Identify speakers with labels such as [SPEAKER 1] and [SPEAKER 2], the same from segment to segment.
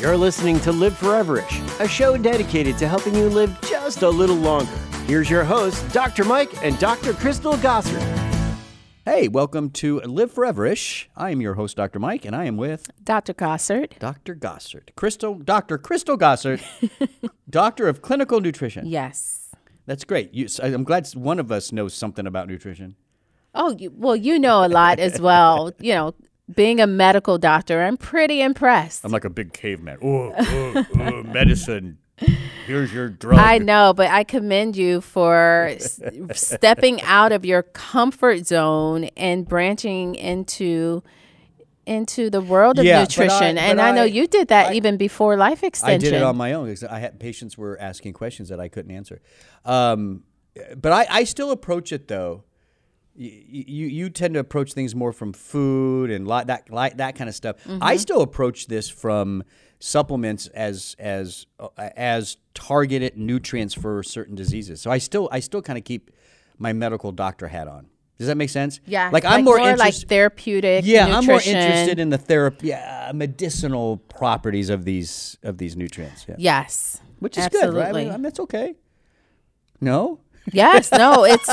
[SPEAKER 1] You're listening to Live Foreverish, a show dedicated to helping you live just a little longer. Here's your hosts, Dr. Mike and Dr. Crystal Gossard.
[SPEAKER 2] Hey, welcome to Live Foreverish. I am your host, Dr. Mike, and I am with
[SPEAKER 3] Dr. Gossard.
[SPEAKER 2] Dr. Gossard, Crystal, Dr. Crystal Gossard, Doctor of Clinical Nutrition.
[SPEAKER 3] Yes.
[SPEAKER 2] That's great. You, so I'm glad one of us knows something about nutrition.
[SPEAKER 3] Oh, you, well, you know a lot as well. You know, being a medical doctor, I'm pretty impressed.
[SPEAKER 2] I'm like a big caveman. Oh, oh, oh medicine. Here's your drug.
[SPEAKER 3] I know, but I commend you for s- stepping out of your comfort zone and branching into into the world of
[SPEAKER 2] Yeah, but I-
[SPEAKER 3] nutrition. and
[SPEAKER 2] but
[SPEAKER 3] I, know
[SPEAKER 2] I-
[SPEAKER 3] you did that even before life
[SPEAKER 2] I
[SPEAKER 3] extension.
[SPEAKER 2] did it on my own because I had patients were asking questions that I couldn't answer. Um, but I, I still approach it though. Y- y- You, you tend to approach things more from food and lot, that like that kind of stuff. I
[SPEAKER 3] Mm-hmm.
[SPEAKER 2] still approach this from supplements as as uh, as targeted nutrients for certain diseases. So I still I still kind of keep my medical doctor hat on. Does that make sense?
[SPEAKER 3] yeah,
[SPEAKER 2] Like, I'm more,
[SPEAKER 3] like
[SPEAKER 2] interested.
[SPEAKER 3] therapeutic.
[SPEAKER 2] yeah,
[SPEAKER 3] nutrition.
[SPEAKER 2] I'm more interested in the therapy, yeah, medicinal properties of these of these nutrients. Yeah
[SPEAKER 3] yes,
[SPEAKER 2] which is good, right? I mean,
[SPEAKER 3] absolutely.
[SPEAKER 2] I mean, that's okay. No,
[SPEAKER 3] Yes, no, it's.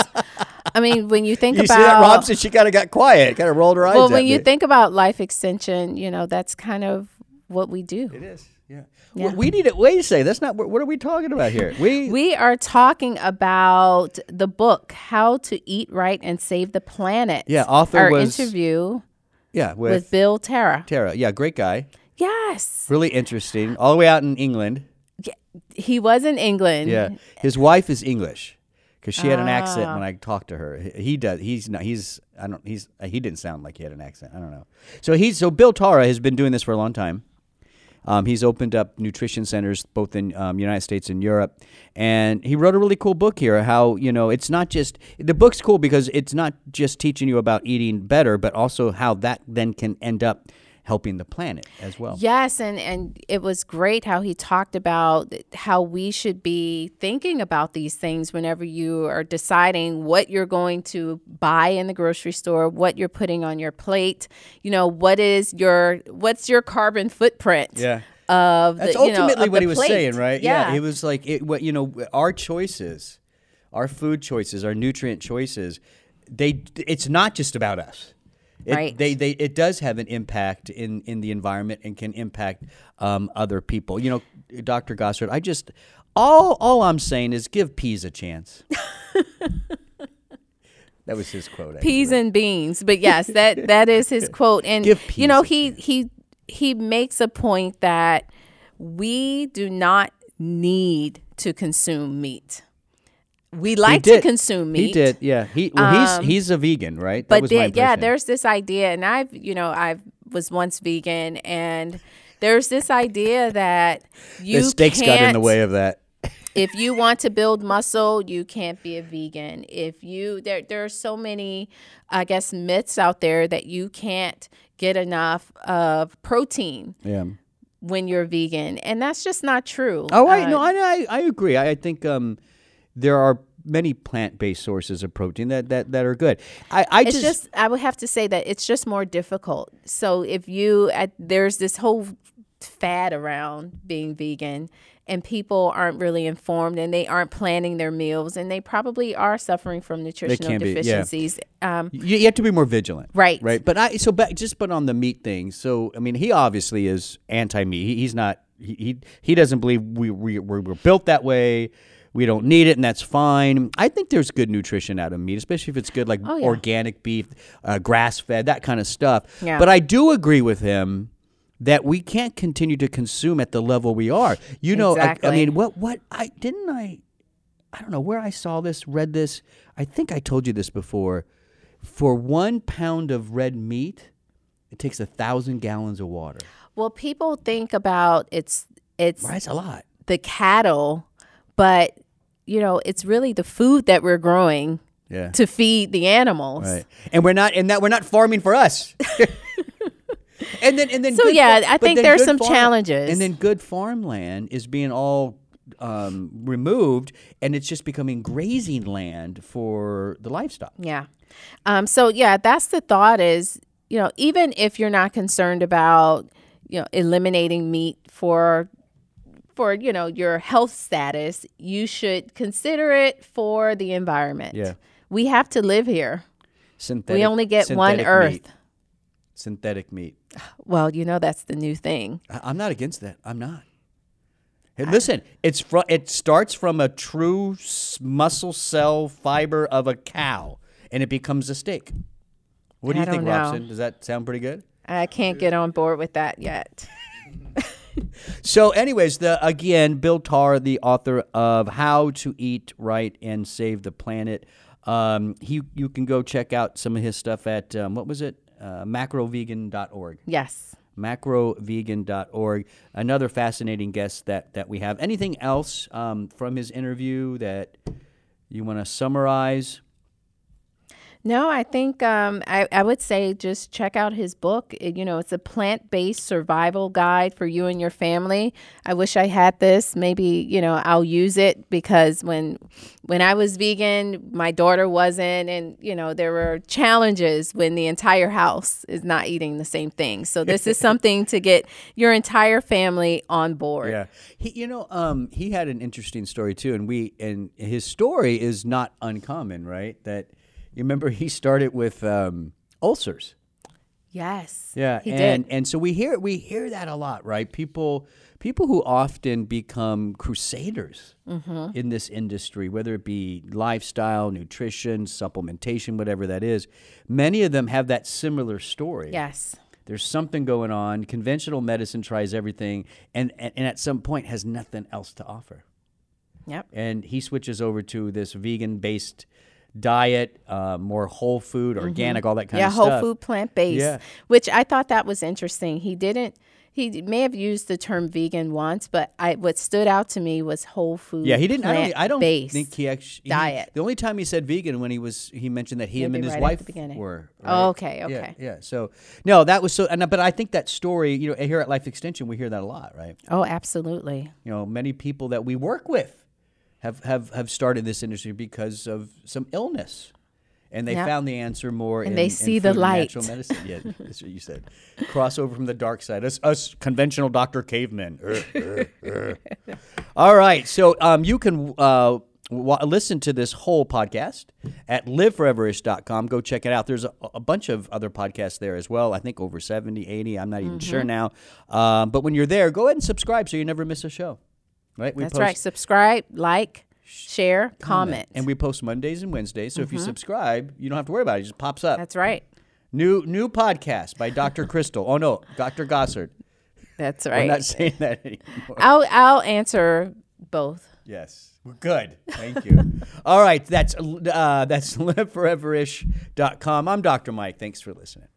[SPEAKER 3] I mean, when you think
[SPEAKER 2] you
[SPEAKER 3] about
[SPEAKER 2] see that Robson? She kind of got quiet, kind of rolled her eyes.
[SPEAKER 3] well,
[SPEAKER 2] at
[SPEAKER 3] when you
[SPEAKER 2] me.
[SPEAKER 3] think about life extension, you know that's kind of what we do.
[SPEAKER 2] it is, yeah. Well, we need it. Wait a second. That's not. What what are we talking about here? We,
[SPEAKER 3] We are talking about the book "How to Eat Right and Save the Planet."
[SPEAKER 2] Yeah, author
[SPEAKER 3] Our
[SPEAKER 2] was-
[SPEAKER 3] interview
[SPEAKER 2] yeah, with,
[SPEAKER 3] with, Bill Terra.
[SPEAKER 2] Tara. Yeah, great guy.
[SPEAKER 3] Yes,
[SPEAKER 2] Really interesting. All the way out in England.
[SPEAKER 3] he was in England.
[SPEAKER 2] Yeah, his wife is English because she had an accent when I talked to her. He- He does. He's not. He's. I don't. He's. uh, He didn't sound like he had an accent. I don't know. So he's. So Bill Tara has been doing this for a long time. Um, he's opened up nutrition centers both in um, United States and Europe, and he wrote a really cool book here. How you know it's not just the book's cool because it's not just teaching you about eating better, but also how that then can end up helping the planet as well.
[SPEAKER 3] Yes, and and it was great how he talked about how we should be thinking about these things whenever you are deciding what you're going to buy in the grocery store, what you're putting on your plate. You know, what is your what's your carbon footprint?
[SPEAKER 2] Yeah.
[SPEAKER 3] Of
[SPEAKER 2] That's
[SPEAKER 3] the, you know,
[SPEAKER 2] ultimately
[SPEAKER 3] of
[SPEAKER 2] what
[SPEAKER 3] the
[SPEAKER 2] he was
[SPEAKER 3] plate.
[SPEAKER 2] saying, right?
[SPEAKER 3] Yeah.
[SPEAKER 2] It was like it. What you know, our choices, our food choices, our nutrient choices. They. It's not just about us. It,
[SPEAKER 3] Right.
[SPEAKER 2] They. They. It does have an impact in in the environment and can impact um, other people. You know, Dr. Gossard. I just all all I'm saying is give peas a chance. that was his quote. actually.
[SPEAKER 3] peas and beans. But yes, that that is his quote. And
[SPEAKER 2] Give
[SPEAKER 3] you know,
[SPEAKER 2] peas a
[SPEAKER 3] he he he makes a point that we do not need to consume meat. We like to
[SPEAKER 2] did.
[SPEAKER 3] consume meat. Um,
[SPEAKER 2] He did. Yeah. He. Well, he's he's a vegan, right? that
[SPEAKER 3] But
[SPEAKER 2] was my
[SPEAKER 3] there- yeah,
[SPEAKER 2] impression.
[SPEAKER 3] there's this idea, and I've you know I was once vegan, and there's this idea that you
[SPEAKER 2] the steaks
[SPEAKER 3] can't,
[SPEAKER 2] got in the way of that.
[SPEAKER 3] if you want to build muscle, you can't be a vegan. If you there there are so many I guess myths out there that you can't get enough of protein
[SPEAKER 2] Yeah.
[SPEAKER 3] when you're vegan. And that's just not true.
[SPEAKER 2] Oh, I
[SPEAKER 3] Uh,
[SPEAKER 2] no, I, I, I agree. I, I think um, there are many plant-based sources of protein that that, that are good. I, I
[SPEAKER 3] it's
[SPEAKER 2] just,
[SPEAKER 3] just, I would have to say that it's just more difficult. So if you at, there's this whole fad around being vegan and people aren't really informed and they aren't planning their meals and they probably are suffering from nutritional
[SPEAKER 2] can be, yeah.
[SPEAKER 3] deficiencies. Um
[SPEAKER 2] you, you have to be more vigilant,
[SPEAKER 3] Right.
[SPEAKER 2] Right. But I so back just but on the meat thing. So I mean, he obviously is anti-meat. He, he's not. He, he he doesn't believe we we we're, we're built that way. We don't need it, and that's fine. I think there's good nutrition out of meat, especially if it's good, like
[SPEAKER 3] Oh, yeah.
[SPEAKER 2] organic beef, uh, grass fed, that kind of stuff.
[SPEAKER 3] Yeah.
[SPEAKER 2] But I do agree with him that we can't continue to consume at the level we are. You know, I- I
[SPEAKER 3] Exactly.
[SPEAKER 2] mean, what what I didn't I I don't know where I saw this, read this. I think I told you this before. For one pound of red meat, it takes a thousand gallons of water.
[SPEAKER 3] Well, people think about it's it's
[SPEAKER 2] Right, that's a lot.
[SPEAKER 3] the cattle, but you know, it's really the food that we're growing
[SPEAKER 2] Yeah.
[SPEAKER 3] to feed the animals.
[SPEAKER 2] Right. And we're not, and that we're not farming for us. and then, and then,
[SPEAKER 3] So,
[SPEAKER 2] good
[SPEAKER 3] yeah,
[SPEAKER 2] fa-
[SPEAKER 3] I
[SPEAKER 2] but
[SPEAKER 3] think
[SPEAKER 2] then
[SPEAKER 3] there's
[SPEAKER 2] good
[SPEAKER 3] some challenges.
[SPEAKER 2] And then good farmland is being all um, removed, and it's just becoming grazing land for the livestock.
[SPEAKER 3] Yeah. Um, so yeah, that's the thought is, you know, even if you're not concerned about you know eliminating meat for for you know your health status you should consider it for the environment
[SPEAKER 2] Yeah.
[SPEAKER 3] we have to live here
[SPEAKER 2] Synthetic.
[SPEAKER 3] we only get one
[SPEAKER 2] synthetic
[SPEAKER 3] earth
[SPEAKER 2] meat. Synthetic meat.
[SPEAKER 3] well you know that's the new thing
[SPEAKER 2] I- I'm not against that. I'm not. Hey, listen, it's fr- it starts from a true s- muscle cell fiber of a cow, and it becomes a steak. What do
[SPEAKER 3] I
[SPEAKER 2] you
[SPEAKER 3] don't
[SPEAKER 2] think,
[SPEAKER 3] know.
[SPEAKER 2] Robson? Does that sound pretty good?
[SPEAKER 3] i can't get on board with that yet
[SPEAKER 2] So, anyways, the again, Bill Tarr, the author of How to Eat Right and Save the Planet. Um, he, you can go check out some of his stuff at um, what was it? Uh, macrovegan.org.
[SPEAKER 3] yes
[SPEAKER 2] macrovegan.org. Another fascinating guest that that we have. Anything else um, from his interview that you want to summarize?
[SPEAKER 3] No, I think um, I, I would say just check out his book. It- you know, it's a plant based survival guide for you and your family. I wish I had this. Maybe you know I'll use it because when when I was vegan, my daughter wasn't, and you know there were challenges when the entire house is not eating the same thing. So this is something to get your entire family on board.
[SPEAKER 2] He, you know, um, he had an interesting story too, and we and his story is not uncommon, right? That you remember he started with um, ulcers.
[SPEAKER 3] Yes.
[SPEAKER 2] Yeah,
[SPEAKER 3] He
[SPEAKER 2] and
[SPEAKER 3] did.
[SPEAKER 2] and so we hear we hear that a lot, right? People people who often become crusaders
[SPEAKER 3] Mm-hmm.
[SPEAKER 2] in this industry, whether it be lifestyle, nutrition, supplementation, whatever that is, many of them have that similar story.
[SPEAKER 3] Yes.
[SPEAKER 2] There's something going on. Conventional medicine tries everything, and, and and at some point has nothing else to offer.
[SPEAKER 3] Yep.
[SPEAKER 2] And he switches over to this vegan-based diet, uh, more whole food, organic, all that kind
[SPEAKER 3] Mm-hmm. yeah,
[SPEAKER 2] of
[SPEAKER 3] whole
[SPEAKER 2] stuff.
[SPEAKER 3] food plant based,
[SPEAKER 2] Yeah.
[SPEAKER 3] which I thought that was interesting. He didn't. He may have used the term vegan once, but I what stood out to me was whole food.
[SPEAKER 2] Yeah, he didn't. I don't, e, I don't
[SPEAKER 3] plant-based.
[SPEAKER 2] think he actually
[SPEAKER 3] diet.
[SPEAKER 2] the only time he said vegan when he was he mentioned that him
[SPEAKER 3] Maybe
[SPEAKER 2] and his
[SPEAKER 3] right at
[SPEAKER 2] wife
[SPEAKER 3] the beginning.
[SPEAKER 2] were.
[SPEAKER 3] Oh,
[SPEAKER 2] right?
[SPEAKER 3] okay,
[SPEAKER 2] Yeah,
[SPEAKER 3] okay.
[SPEAKER 2] Yeah, So no, that was so. And but I think that story, you know, here at Life Extension, we hear that a lot, right?
[SPEAKER 3] Oh, absolutely.
[SPEAKER 2] You know, many people that we work with have have have started this industry because of some illness. And they
[SPEAKER 3] Yeah.
[SPEAKER 2] found the answer more and in,
[SPEAKER 3] they
[SPEAKER 2] in
[SPEAKER 3] see the
[SPEAKER 2] food and natural
[SPEAKER 3] light.
[SPEAKER 2] medicine. Yeah, that's what you said. Crossover from the dark side. Us, us conventional Dr. Cavemen. Ur, ur, ur. All right. So um, you can uh, wa listen to this whole podcast at liveforeverish.com. Go check it out. There's a, a bunch of other podcasts there as well. I think over 70, 80. I'm not even sure
[SPEAKER 3] Mm-hmm.
[SPEAKER 2] now. Um, but when you're there, go ahead and subscribe so you never miss a show. Right? We
[SPEAKER 3] That's right. Subscribe, like, share, comment. Mm-hmm.
[SPEAKER 2] And we post Mondays and Wednesdays. So if you subscribe, you don't have to worry about it. It just pops up.
[SPEAKER 3] That's right.
[SPEAKER 2] New new podcast by Dr. Crystal. Oh no, Dr. Gossard.
[SPEAKER 3] That's
[SPEAKER 2] I'm
[SPEAKER 3] right.
[SPEAKER 2] not saying that anymore.
[SPEAKER 3] I'll I'll answer both.
[SPEAKER 2] Yes. We're good. Thank you. All right, that's uh, that's liveforeverish.com. I'm Dr. Mike. Thanks for listening.